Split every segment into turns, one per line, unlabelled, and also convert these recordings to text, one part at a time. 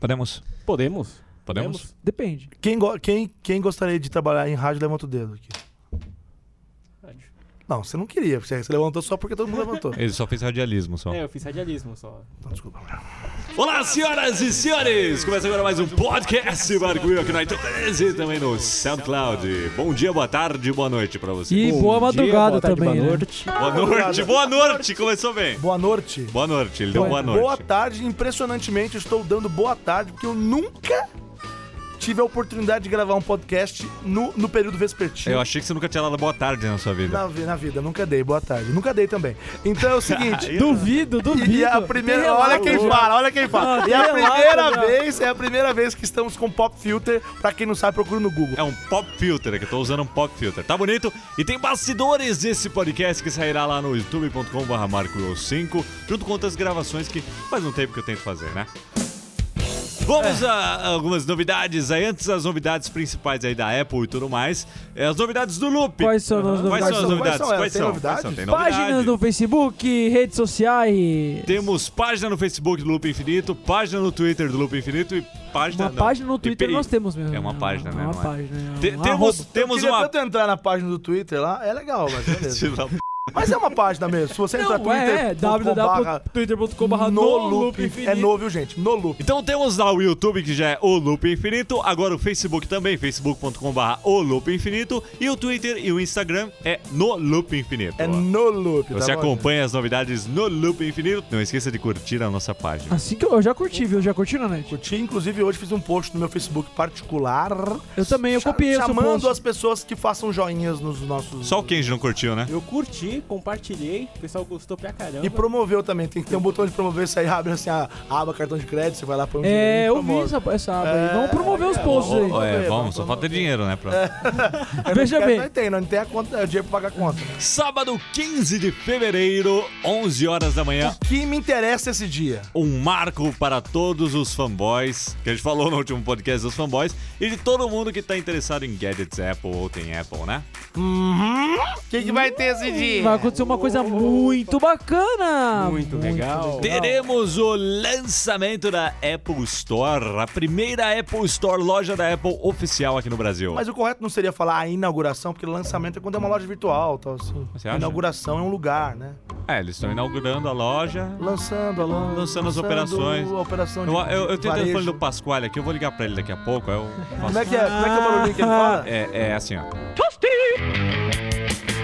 Podemos?
Podemos?
Podemos?
Depende.
Quem, go- quem, quem gostaria de trabalhar em rádio, levanta o dedo aqui. Não, você não queria, você você levantou só porque todo mundo levantou.
Ele só fez radialismo só.
É, eu fiz radialismo só.
Não, desculpa.
Olá, senhoras e senhores! Começa agora mais um podcast Marco Will aqui no iTunes e também no SoundCloud. Bom dia, boa tarde, boa noite pra você.
E
Bom
boa
dia,
madrugada
boa tarde,
também.
boa
né?
noite.
Boa noite, boa noite! Começou bem.
Boa noite.
Boa noite, ele deu boa
Boa
noite.
tarde, impressionantemente, eu estou dando boa tarde, porque eu nunca tive a oportunidade de gravar um podcast no, no período vespertino.
Eu achei que você nunca tinha dado boa tarde na sua vida.
Na, vi- na vida, nunca dei, boa tarde. Nunca dei também. Então é o seguinte.
Duvido, duvido.
E a primeira,
Tem
olha
relato,
quem
já.
fala, olha quem fala.
Não,
E a
tem
primeira
relato, né? já.
vez, é a primeira vez que estamos com pop filter. Pra quem não sabe, procura no Google.
É um pop filter, que eu tô usando um pop filter. Tá bonito? E tem bastidores desse podcast que sairá lá no youtube.com.br marco5, junto com outras gravações que faz um tempo que eu tento fazer, né? Vamos
É.
a algumas novidades aí, antes das novidades principais aí da Apple e tudo mais. é As novidades do Loop.
Quais são
Quais
as novidades?
são as novidades?
Quais são? Tem
Quais são?
novidades?
Tem novidade.
Páginas no Facebook, redes sociais.
Temos página no Facebook do Loop Infinito, página no Twitter do Loop Infinito e página...
Uma
não,
página no Twitter
IPI.
nós temos mesmo.
É uma
né?
página, né?
Uma
não é?
página.
Te-
um
temos
arroba.
temos
eu queria
uma...
tanto entrar na página do Twitter lá, é legal, mas beleza. mas é uma página mesmo. Se você entrar
Não, é, é www.twitter.com.br
no,
no
loop,
loop infinito.
é novo, viu, gente? No loop.
Então temos lá o YouTube, que já é o Loop Infinito, agora o Facebook também, facebook.com.br o Loop Infinito, e o Twitter e o Instagram é no Loop Infinito.
É no loop, tá
Você
bom,
acompanha as novidades no Loop Infinito. Não esqueça de curtir a nossa página.
Assim que eu, eu já curti, viu? Já né, curti na
gente?
net.
Curti, inclusive hoje fiz um post no meu Facebook particular.
Eu também, eu
cha-
copiei o seu
Chamando
post.
as pessoas que façam joinhas nos nossos.
Só o Kenji não curtiu, né?
Eu curti, compartilhei, o pessoal gostou pra caramba.
E promoveu também, tem que ter um botão de promover, isso aí abre assim a aba cartão de crédito, você vai lá pra um
É, eu vi essa, essa aba aí. Vamos promover os posts aí.
Ó, é,
ver,
vamos,
vamos
só
ver.
falta dinheiro, né? Pra...
Veja bem.
Não tem, não tem a conta, é o dinheiro pra pagar a conta.
Sábado 15 de fevereiro, 11 horas da manhã.
O que me interessa é esse dia?
Um marco para todos os fanboys, que a gente falou no último podcast dos fanboys, e de todo mundo que tá interessado em gadgets Apple ou tem Apple, né?
O que, que vai ter esse dia?
Vai acontecer uma coisa muito bacana.
Muito legal.
Teremos o lançamento da Apple Store, a primeira Apple Store, loja da Apple oficial aqui no Brasil.
Mas o correto não seria falar a inauguração, porque lançamento é quando é uma loja virtual, tal assim.
Você acha?
Inauguração é um lugar, né?
É, eles estão inaugurando a loja.
Lançando, a lan-
Lançando as operações.
a operação
Eu,
de
eu, eu tenho o
varejo.
telefone do Pasquale aqui, eu vou ligar pra ele daqui a pouco. aí Eu faço...
Como é que é? Como é que é o barulhinho que ele fala?
É, é assim, ó.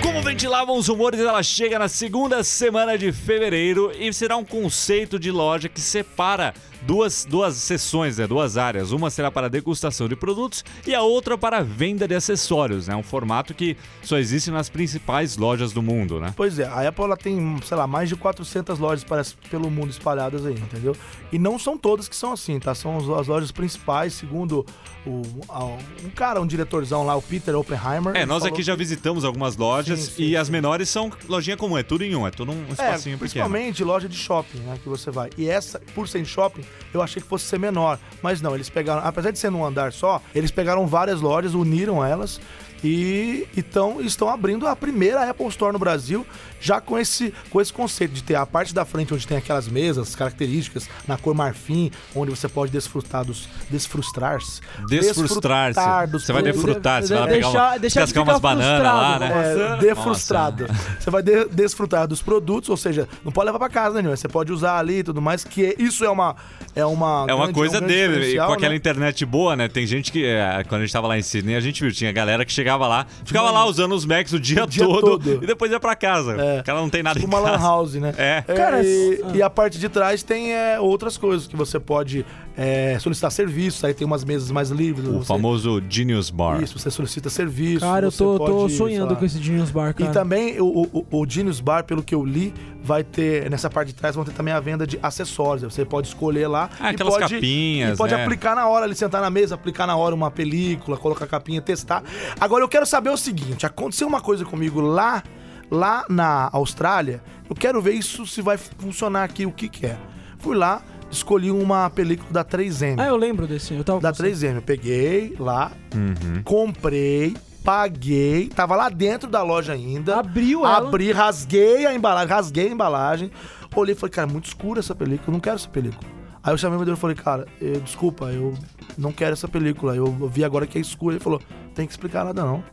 Como ventilavam os rumores, ela chega na segunda semana de fevereiro e será um conceito de loja que separa duas, duas seções, né, duas áreas. Uma será para degustação de produtos e a outra para venda de acessórios. É né, um formato que só existe nas principais lojas do mundo, né?
Pois é, a Apple ela tem, sei lá, mais de 400 lojas parece, pelo mundo espalhadas aí, entendeu? E não são todas que são assim, tá? São as- as lojas principais, segundo o, a- um cara, um diretorzão lá, o Peter Oppenheimer.
É,
ele
nós
falou
aqui já visitamos algumas lojas
Sim, sim,
e as
sim.
menores são lojinha comum, é tudo em um, é tudo um
É,
espacinho pequeno.
principalmente loja de shopping, né, que você vai. E essa, por ser em shopping, eu achei que fosse ser menor, mas não, eles pegaram, apesar de ser num andar só, eles pegaram várias lojas, uniram elas e então estão abrindo a primeira Apple Store no Brasil, já com esse com esse conceito de ter a parte da frente onde tem aquelas mesas características na cor marfim, onde você pode desfrutar dos desfrustrar-se,
Desfrustrar-se.
desfrutar dos
Você vai
produtos. né?
desfrutar, você vai lá pegar uma,
Deixar- deixar de
descascar umas
ficar
bananas lá,
frustrado,
né?
É, defrustrado. Você vai de- desfrutar dos produtos, ou seja, não pode levar pra casa, né, Nil? Você pode usar ali e tudo mais, que isso é uma é uma
É uma
grande-
coisa
um grande
dele, e
diferencial,
com aquela
né?
internet boa, né? Tem gente que, é, quando a gente tava lá em Sydney, a gente viu, tinha galera que chegava lá, ficava lá usando os Macs o dia,
dia
todo,
todo.
e depois ia pra casa.
É.
O cara não tem nada
Uma
em
lan
casa.
house, né?
É.
Cara,
e,
ah.
e a parte de trás tem é, outras coisas que você pode é, solicitar serviços, aí tem umas mesas mais livres.
O
você-
famoso Genius Bar.
Isso, você solicita serviço.
Cara, eu
você
tô, tô
pode, sei
sonhando
lá.
com esse Genius Bar,
E
cara.
também o, o, o- o Genius Bar, pelo que eu li, vai ter, nessa parte de trás, vão ter também a venda de acessórios. Você pode escolher lá.
Ah,
e
aquelas
pode-
capinhas,
E pode
né?
aplicar na hora, ali, sentar na mesa, aplicar na hora uma película, colocar a capinha, testar. Agora, eu quero saber o seguinte, aconteceu uma coisa comigo lá, lá na Austrália, eu quero ver isso se vai funcionar aqui, o que que é. Fui lá, escolhi uma película da 3M.
Ah, eu lembro desse. Eu tava
Da
com você.
3M, eu peguei lá,
Uhum.
comprei, paguei, tava lá dentro da loja ainda.
Abriu ela.
Abri, é rasguei a embalagem, rasguei a embalagem. Olhei e falei, cara, muito escura essa película, eu não quero essa película. Aí eu chamei o vendedor e falei, cara, eh, desculpa, eu não quero essa película. Eu vi agora que é escura. Ele falou, tem que explicar nada não.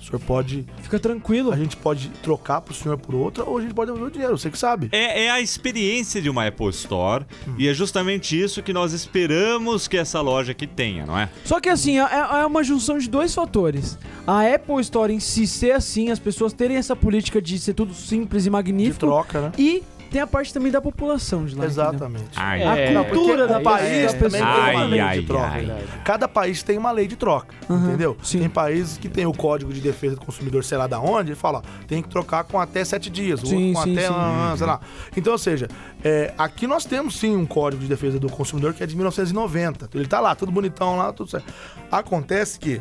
O senhor pode.
Fica tranquilo.
A gente pode trocar pro senhor por outra ou a gente pode devolver o dinheiro, você que sabe.
É, é a experiência de uma Apple Store e é justamente isso que nós esperamos que essa loja aqui tenha, não é?
Só que assim, é, é uma junção de dois fatores. A Apple Store em si ser assim, as pessoas terem essa política de ser tudo simples e
De
magnífico.
troca, né?
E tem a parte também da população de lá. entendeu?
Exatamente.
Ai,
É.
A cultura
Porque
da
o
país,
país
das
também
pessoas.
Ah,
tem uma né?
Ai,
lei
ai,
de troca.
ai.
Verdade.
Cada país tem uma lei de troca,
Aham,
entendeu?
sim.
Tem países que tem o Código de Defesa do Consumidor, sei lá da onde, ele fala, tem que trocar com até sete dias, o
Sim,
outro com
sim,
até,
sim.
ah, ah, sei lá. Então, ou seja, é, aqui nós temos sim um Código de Defesa do Consumidor que é de 1990. Ele tá lá, tudo bonitão lá, tudo certo. Acontece que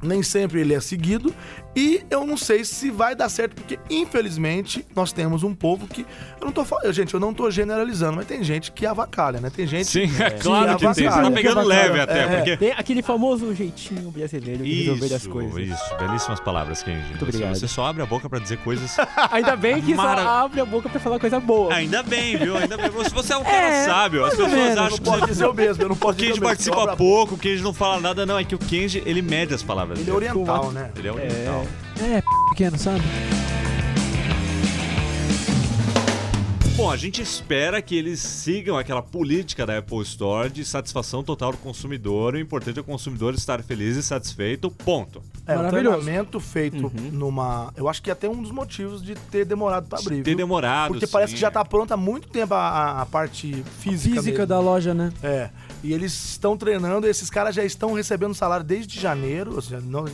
nem sempre ele é seguido e eu não sei se vai dar certo porque infelizmente nós temos um povo que eu não tô falando, gente, eu não tô generalizando, mas tem gente que avacalha, né? Tem gente
Sim, é claro
Sim,
que tem. Você
abacalho.
tá pegando leve
Abacalho.
até,
É.
porque.
Tem aquele famoso jeitinho brasileiro de resolver as
Isso,
coisas.
isso. Belíssimas palavras, Kenji. Você-
obrigado.
Você só abre a boca pra dizer coisas.
Ah, Ainda bem que só
Mara-
abre a boca pra falar coisa boa.
Ah, Ainda bem, viu? Ainda bem. Você você é um cara
É,
sábio. As
mais ou
pessoas
menos.
acham
não
que
pode
você-
dizer o mesmo, eu não posso
o
dizer o
Kenji
mesmo.
participa
sobra-
pouco, o Kenji não fala nada. Não, é que o Kenji, ele mede as palavras
Ele é
dele.
oriental, né?
Ele é oriental.
É, p... pequeno, sabe?
Bom, a gente espera que eles sigam aquela política da Apple Store de satisfação total do consumidor. O importante é o consumidor estar feliz e satisfeito, ponto.
É, um
Maravilhoso.
treinamento feito
Uhum.
numa. Eu acho que é até um dos motivos de ter demorado pra abrir.
Ter
viu?
demorado,
Porque parece
sim. é.
que já tá pronta há muito tempo a, a- a parte física.
Física
mesmo.
da loja, né?
É. E eles estão treinando, esses caras já estão recebendo salário desde janeiro. Ou seja, não,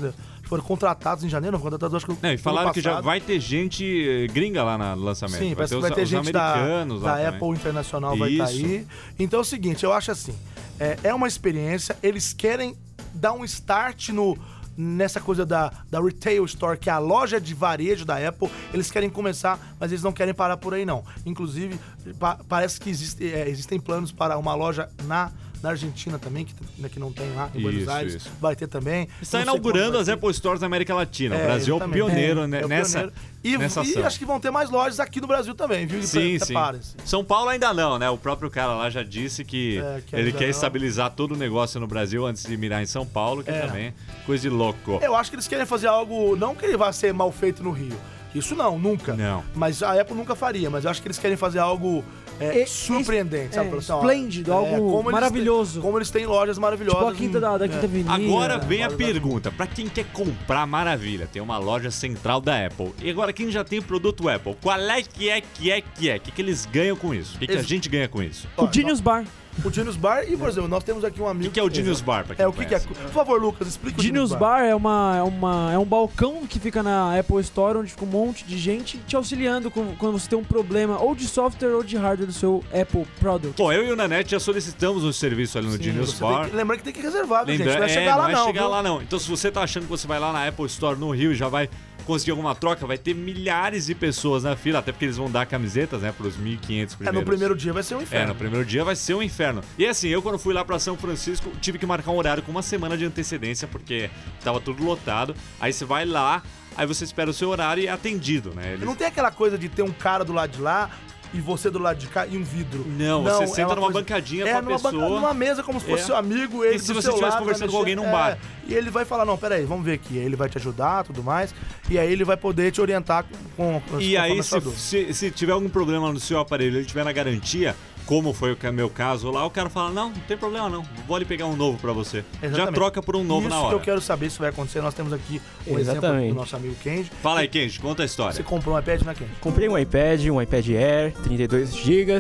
foram contratados em janeiro, não foram contratados, acho que.
Não, e
ano
falaram que já
passado.
vai ter gente eh, gringa lá na- no lançamento.
Sim, parece
os,
que vai ter
os
gente da,
americanos lá
da
também.
Apple Internacional vai estar
Isso.
aí. Então é o seguinte, eu acho assim, é, é uma experiência, eles querem dar um start no nessa coisa da, da retail store, que é a loja de varejo da Apple, eles querem começar, mas eles não querem parar por aí não. Inclusive, pa- parece que existe- é, existem planos para uma loja na, na Argentina também, que, né, que não tem lá, em Buenos
Isso,
Aires,
isso.
vai ter também.
Está
Não sei quando
Tá inaugurando
vai
as
ter.
Apple Stores da América Latina. o
É,
Brasil é o
exatamente.
pioneiro
É,
né,
é o
nessa,
pioneiro. E,
nessa
e
ação.
acho que vão ter mais lojas aqui no Brasil também, viu?
Sim, sim.
Preparem-se.
São Paulo ainda não, né? O próprio cara lá já disse que,
É, que
ele
ainda
quer
não.
estabilizar todo o negócio no Brasil antes de mirar em São Paulo, que
É.
também coisa de louco.
Eu acho que eles querem fazer algo, não que ele vá ser mal feito no Rio. Isso não, nunca.
Não.
Mas a Apple nunca faria, mas eu acho que eles querem fazer algo é,
E-
surpreendente, sabe?
é,
Falar assim, ó,
esplêndido, algo
como eles
maravilhoso.
têm- como eles têm lojas maravilhosas. é,
Tipo a quinta da, da Quinta Avenida.
Agora vem a
Olha,
pergunta, pra quem quer comprar, maravilha, tem uma loja central da Apple. E agora quem já tem produto Apple, qual é que é que é que é? O que, que eles ganham com isso? O que, que a
Ex-
gente ganha com isso?
Ó,
O Genius Bar.
O Genius Bar e, por exemplo, nós temos aqui um
O que,
amigo...
que é o Genius Bar? Pra quem
É, o que, que é?
conhece?
Por favor, Lucas, explica o
Genius Bar é, uma, é, uma, é um balcão que fica na Apple Store, onde fica um monte de gente te auxiliando com- quando você tem um problema ou de software ou de hardware do seu Apple Product.
Bom, eu e o Nanete já solicitamos um serviço ali no
Sim,
Genius
você
Bar.
tem que- lembrando que tem que reservar, viu, gente. Não
Lembra-
vai chegar
é,
lá,
não.
não.
é chegar
viu?
lá, não. Então, se você tá achando que você vai lá na Apple Store no Rio e já vai conseguir alguma troca, vai ter milhares de pessoas na fila, até porque eles vão dar camisetas, né, pros 1.500 primeiros.
É, no primeiro dia vai ser um
É, no
inferno.
primeiro dia vai ser um inferno. E assim, eu quando fui lá pra São Francisco, tive que marcar um horário com uma semana de antecedência, porque tava tudo lotado. Aí você vai lá, aí você espera o seu horário e é atendido, né? Eles-
Não tem aquela coisa de ter um cara do lado de lá e você do lado de cá e um vidro.
Não, você senta
uma É,
numa bancadinha com a
numa
pessoa.
banca- numa mesa como se fosse
É.
seu amigo, ele
E se
do
você
seu
estivesse
lado, vai
conversando com alguém num
é,
bar?
e ele vai falar, não, peraí, vamos ver aqui. Aí ele vai te ajudar, tudo mais. E aí ele vai poder te orientar com... com
E
com
aí,
a
se,
sua dor.
se- se tiver algum problema no seu aparelho, ele tiver na garantia, como foi o ca- meu caso lá, o cara fala: Não, não tem problema não, vou ali pegar um novo pra você. Já
Exatamente.
troca por um novo
Isso
na
que
hora.
eu quero saber se vai acontecer. Nós temos aqui um exemplo
Exatamente.
do nosso amigo Kenji.
Fala aí, Kenji, conta a
Você
história.
comprou um iPad, né, Kenji?
Comprei um iPad, um iPad Air, 32 GB.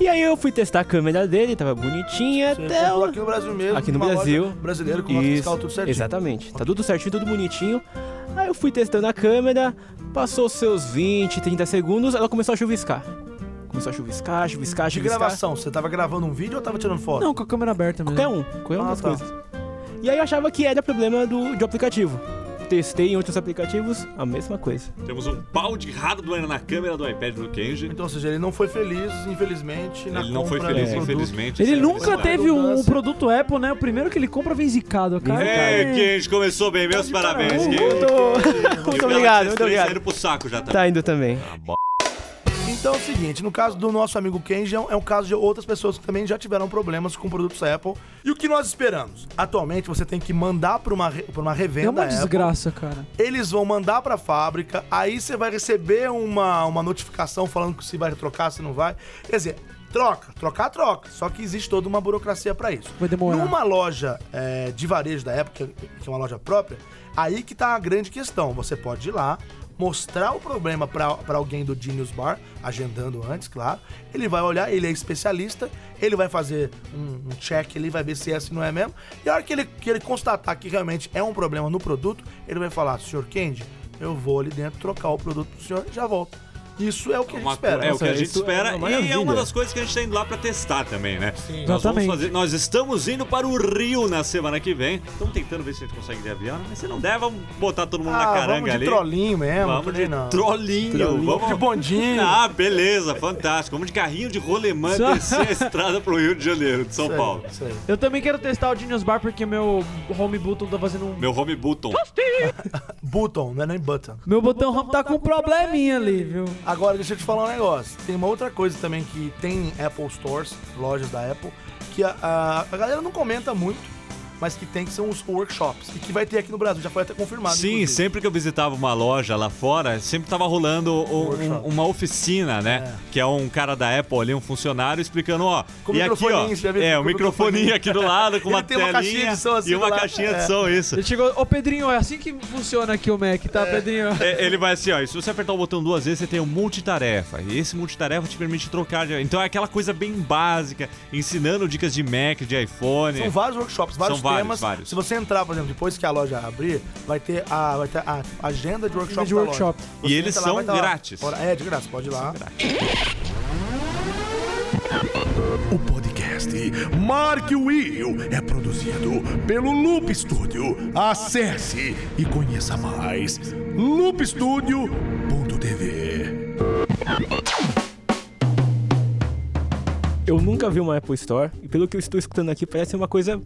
E aí eu fui testar a câmera dele, tava bonitinha,
Você
até
comprou
o...
aqui no Brasil mesmo.
Aqui no
numa loja
Brasil.
Brasileiro com nota
Isso,
fiscal tudo certinho.
Exatamente. Tá tudo certinho, tudo bonitinho. Aí eu fui testando a câmera, passou os seus 20, 30 segundos, ela começou a chuviscar. Começou a chuviscar, chuviscar,
De
chuviscar.
gravação, né? você tava gravando um vídeo ou tava tirando foto?
Não, com a câmera aberta mesmo.
Qualquer um, qualquer uma
Ah,
das
tá.
coisas. E aí eu achava que era problema do, de aplicativo. Testei em outros aplicativos, a mesma coisa.
Temos um pau de rado doendo na câmera do iPad do Kenji.
Então, ou seja, ele não foi feliz, infelizmente, na
Ele não foi
compra
feliz,
do produto.
infelizmente.
Ele
Isso é
nunca
verdade.
teve um,
Mudança.
produto Apple, né? O primeiro que ele compra vem zicado, cara.
É, Kenji, começou bem, meus
É,
parabéns, Kenji.
Muito, muito obrigado, muito
Vocês três
obrigado.
saíram pro saco já tá.
Tá indo também.
Ah, bo-
Então é o seguinte, no caso do nosso amigo Kenji, é um é um caso de outras pessoas que também já tiveram problemas com produtos Apple. E o que nós esperamos? Atualmente você tem que mandar para uma, re- pra uma revenda
É uma
Apple.
desgraça, cara.
Eles vão mandar pra fábrica, aí você vai receber uma, uma notificação falando que se vai trocar, se não vai. Quer dizer, troca, trocar, troca. Só que existe toda uma burocracia pra isso.
Vai demorar.
Numa loja é, de varejo da época, que é uma loja própria, aí que tá a grande questão. Você pode ir lá, mostrar o problema pra pra alguém do Genius Bar, agendando antes, claro. Ele vai olhar, ele é especialista, ele vai fazer um, um check, ele vai ver se é, se não é mesmo. E a hora que ele, que ele constatar que realmente é um problema no produto, ele vai falar, senhor Kendi, eu vou ali dentro trocar o produto pro senhor e já volto. Isso é o que a gente
Uma-
espera.
É o que a
Nossa,
gente
isso é
espera
uma
e é uma
maravilha.
das coisas que a gente tá indo lá pra testar também, né? Sim. Nós, vamos
Exatamente.
fazer, nós estamos indo para o Rio na semana que vem. Estamos tentando ver se a gente consegue de avião, né? mas se não der, vamos botar todo mundo na
Ah,
caranga
vamos de
ali.
trollinho mesmo,
Vamos
porque
de
não.
trolinho, vamos
de bondinho.
Ah, beleza, fantástico. Vamos de carrinho de rolemã
Só-
descer a estrada pro Rio de Janeiro, de São
Isso aí,
Paulo.
isso aí.
Eu também quero testar o Genius Bar porque meu home button tá fazendo um. Meu,
Meu home button.
Button, não é nem button.
botão home tá com um probleminha ali, viu?
Agora, deixa eu te falar um negócio. Tem uma outra coisa também que tem em Apple Stores, lojas da Apple, que a, a, a galera não comenta muito, mas que tem, que são os workshops. E que vai ter aqui no Brasil, já foi até confirmado.
Sim,
inclusive.
sempre que eu visitava uma loja lá fora, sempre tava rolando o- um-
Workshop.
uma oficina, né? Que é um cara da Apple ali, um funcionário, explicando, ó,
Com
e aqui, ó,
microfoninho, você já viu?
é,
Com
um microfoninho
microfoninho.
aqui do lado, com
Ele
uma
tem
telinha
uma caixinha de som assim
e
do
uma
lado.
caixinha de
É.
som, isso.
Ele chegou. Ô, Pedrinho, é assim que funciona aqui o Mac, tá, Pedrinho?
É, Ele vai assim, ó, e se você apertar o botão duas vezes, você tem um multitarefa. E esse multitarefa te permite trocar de... Então é aquela coisa bem básica, ensinando dicas de Mac, de iPhone.
São vários workshops, vários
São vários,
temas.
vários.
Se você entrar, por exemplo, depois que a loja abrir, vai ter a, vai ter a agenda de workshops.
de
da
workshop.
loja.
E
Você
eles
entra
são
vai tá
grátis.
Ora- É, de graça, pode ir lá.
O podcast Mark Will é produzido pelo Loop Studio. Acesse e conheça mais loopstudio.tv.
Eu nunca vi uma Apple Store, e pelo que eu estou escutando aqui, parece uma coisa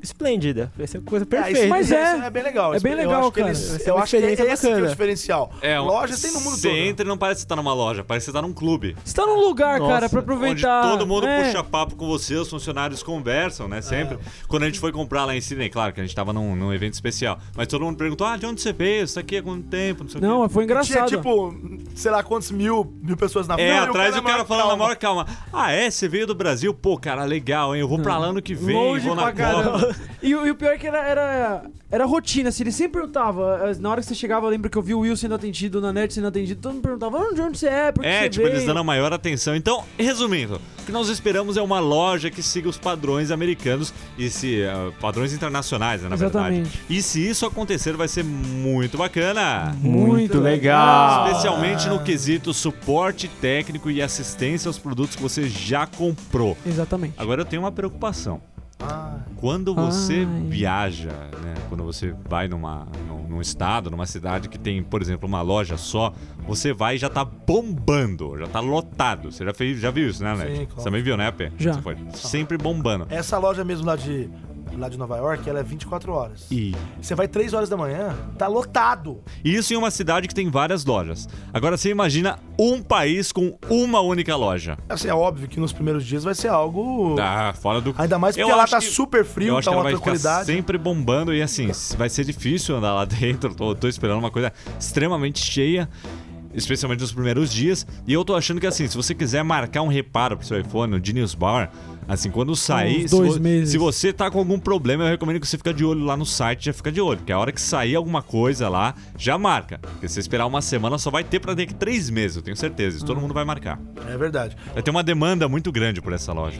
esplêndida. Parece uma coisa
É,
perfeita.
isso-
Mas é.
isso é bem legal.
É
Isso-
bem legal,
eu acho
cara.
Que eles,
É
eu
uma
acho que é esse
experiência
que é o
bacana.
diferencial.
É, um-
Lojas tem no mundo
Você
todo. né?
entra e não parece que você tá numa loja, parece que você tá num clube.
Você tá num lugar,
Nossa,
cara, pra aproveitar.
Onde todo mundo
é.
puxa papo com você, os funcionários conversam, né? Sempre. Quando a gente foi comprar lá em Sydney, claro que a gente tava num, num evento especial, mas todo mundo perguntou: ah, de onde você veio? Isso aqui há quanto tempo? Não sei o
Não,
quê.
foi
Tinha,
engraçado.
tipo, sei lá quantos mil, mil pessoas na
É,
fila. e
atrás o cara
maior
falando na
calma.
maior calma. Ah, é? Você veio do Brasil? Pô, cara, legal, hein? Eu vou pra lá ano que vem,
Longe
vou na
pra
Copa.
caramba. E, o- e o pior é que era, era, era rotina, assim, ele sempre perguntava. eh, Na hora que você chegava, eu lembro que eu vi o Will sendo atendido, na net sendo atendido, todo mundo perguntava "Ah, de onde você é, por que
É,
você
tipo,
veio?"
eles dando a maior atenção. Então, resumindo, o que nós esperamos é uma loja que siga os padrões americanos e se. ah, padrões internacionais, né, na
Exatamente.
verdade. E se isso acontecer, vai ser muito bacana.
Muito legal.
Especialmente no quesito suporte técnico e assistência aos produtos que você já comprou.
Exatamente.
Agora eu tenho uma preocupação.
Ah,
Quando você
Ai.
viaja, né, quando você vai numa, num, num estado, numa cidade que tem, por exemplo, uma loja só, você vai e já tá bombando, já tá lotado. Você já, fez, já viu isso, né, Led?
Sim, claro.
Você também viu, né, AP?
Já.
Você foi sempre bombando.
essa loja mesmo lá de, lá de Nova York, ela é 24 horas.
E
Você vai 3 horas da manhã, tá lotado.
isso em uma cidade que tem várias lojas. Agora você imagina um país com uma única loja.
Assim, é óbvio que nos primeiros dias vai ser algo...
Ah, fora do.
Tipo, Ainda mais porque
Eu
lá
acho
tá
que-
super
eu
frio,
acho
tá
que ela
uma
vai ficar
tranquilidade.
sempre bombando e assim, s- vai ser difícil andar lá dentro. Tô, tô esperando uma coisa extremamente cheia, especialmente nos primeiros dias. E eu tô achando que assim, se você quiser marcar um reparo pro seu iPhone, o Genius Bar, assim, quando sair,
uns
se,
dois
vo-
meses.
se você tá com algum problema, eu recomendo que você fica de olho lá no site, já fica de olho. Porque a hora que sair alguma coisa lá, já marca. Porque se você esperar uma semana, só vai ter pra daqui três meses, eu tenho certeza. Isso
Hum.
todo mundo vai marcar.
É verdade.
Vai ter uma demanda muito grande por essa loja.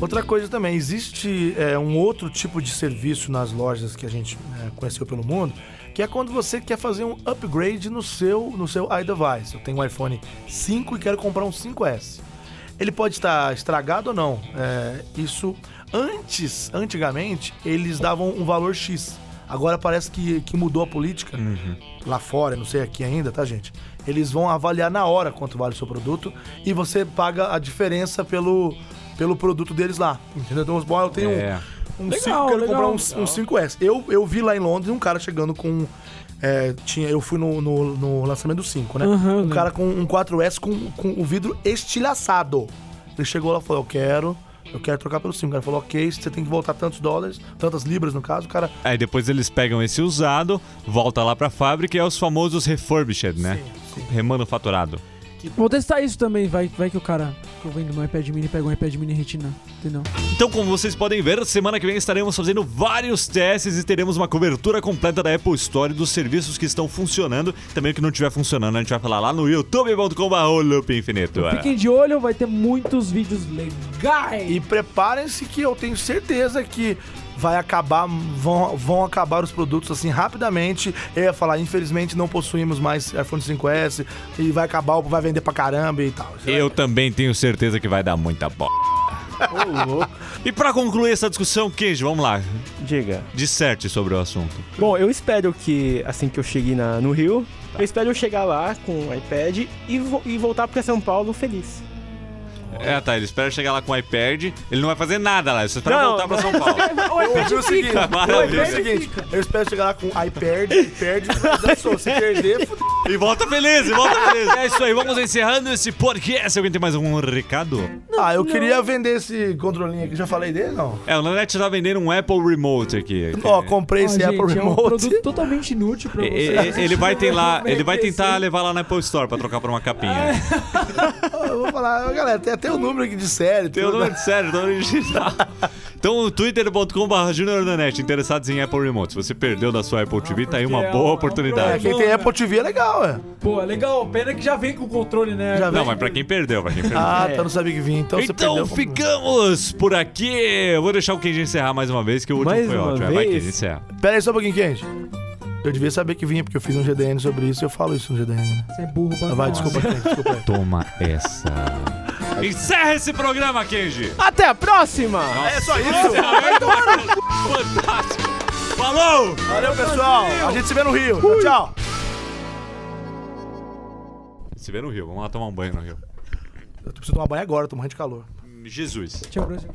Outra coisa também, existe é, um outro tipo de serviço nas lojas que a gente é, conheceu pelo mundo, que é quando você quer fazer um upgrade no seu, no seu iDevice. Eu tenho um iPhone 5 e quero comprar um 5S. Ele pode estar estragado ou não. É, isso antes, antigamente, eles davam um valor X. Agora parece que, que mudou a política lá fora, eu não sei aqui ainda, tá, gente? Eles vão avaliar na hora quanto vale o seu produto e você paga a diferença pelo, pelo produto deles lá. Entendeu? Então, vamos embora, eu tenho um-
É.
um
Legal,
5, quero
legal.
comprar um, um 5S. Eu, eu vi lá em Londres um cara chegando com um é, tinha, eu fui no, no- no lançamento do 5, né?
Aham, eu
um
lembro.
cara com um 4S com, com o vidro estilhaçado. Ele chegou lá e falou: Eu quero, eu quero trocar pelo 5. O cara falou: Ok, você tem que voltar tantos dólares, tantas libras no caso. O cara,
Aí depois eles pegam esse usado, volta lá pra fábrica e é os famosos refurbished, né? Remanufaturado.
Vou testar isso também, vai, vai que o cara que eu vendo no iPad mini pega um iPad mini retina, entendeu?
Então, como vocês podem ver, semana que vem estaremos fazendo vários testes e teremos uma cobertura completa da Apple Store e dos serviços que estão funcionando. Também o que não estiver funcionando, a gente vai falar lá no youtube.com.br o loop infinito.
Fiquem de olho, vai ter muitos vídeos legais.
E preparem-se que eu tenho certeza que vai acabar, vão, vão acabar os produtos assim rapidamente. Eu ia falar, infelizmente não possuímos mais iPhone 5S e vai acabar, vai vender pra caramba e tal.
Eu também tenho certeza que vai dar muita bola. E pra concluir essa discussão, Kenji, vamos lá.
Diga.
Disserte sobre o assunto.
Bom, eu espero que assim que eu cheguei na- no Rio, eu espero eu chegar lá com o iPad e, vo- e voltar pra São Paulo feliz.
É, tá, ele espera chegar lá com o iPad, ele não vai fazer nada lá, ele só espera
Não.
voltar pra São Paulo.
Eu ouvi o seguinte, eu ouvi o
Maravilha.
seguinte, eu espero chegar lá com iPad, perde, dançou, se perder, fudeu.
E volta feliz, e volta feliz. É isso aí, vamos encerrando esse podcast. Alguém tem mais algum recado?
Ah, eu queria vender esse controlinho aqui, já falei dele, não?
É, o Nanete tá vendendo um Apple Remote aqui.
Ó, comprei
Ó,
esse Apple
gente, é um
Remote.
produto totalmente inútil pra
E- e-
vocês.
Ele vai ter lá, ele vai
Merece.
tentar levar lá na Apple Store pra trocar por uma capinha.
Ah, Eu vou falar, galera, tem até o número aqui de série.
Tem o
tudo. né?"
nome de sério, tem o nome digital. Então, twitter.com.br Juniornanet, interessados em Apple Remote. Se você perdeu da sua Apple TV, tá aí uma
porque é
boa
um-
É,
oportunidade.
quem tem Apple TV é legal, é.
Pô, legal, pena que já vem com o controle, né?
Já
Não,
vem.
mas pra quem perdeu, pra quem perdeu.
Ah, tá, não sabia que vinha, então, você
Então
perdeu.
ficamos por aqui. Eu vou deixar o Kenji encerrar mais uma vez, que o último
Mais
foi
uma
ótimo. Vai,
vez?
Kenji, encerra.
Pera aí só um pouquinho, Kenji. Eu devia saber que vinha, porque eu fiz um GDN sobre isso e eu falo isso no GDN. né?
Você é burro pra
Ah, Vai,
caralho.
desculpa, Kenji, desculpa aí.
Toma essa. Encerra esse programa, Kenji.
Até a próxima!
É só isso. Fantástico. Falou!
Valeu, pessoal. A gente se vê no Rio. Tchau, tchau.
Se vê no Rio, vamos lá tomar um banho no Rio.
Eu preciso tomar banho agora, tô morrendo de calor.
Jesus.
Tchau, Brasil.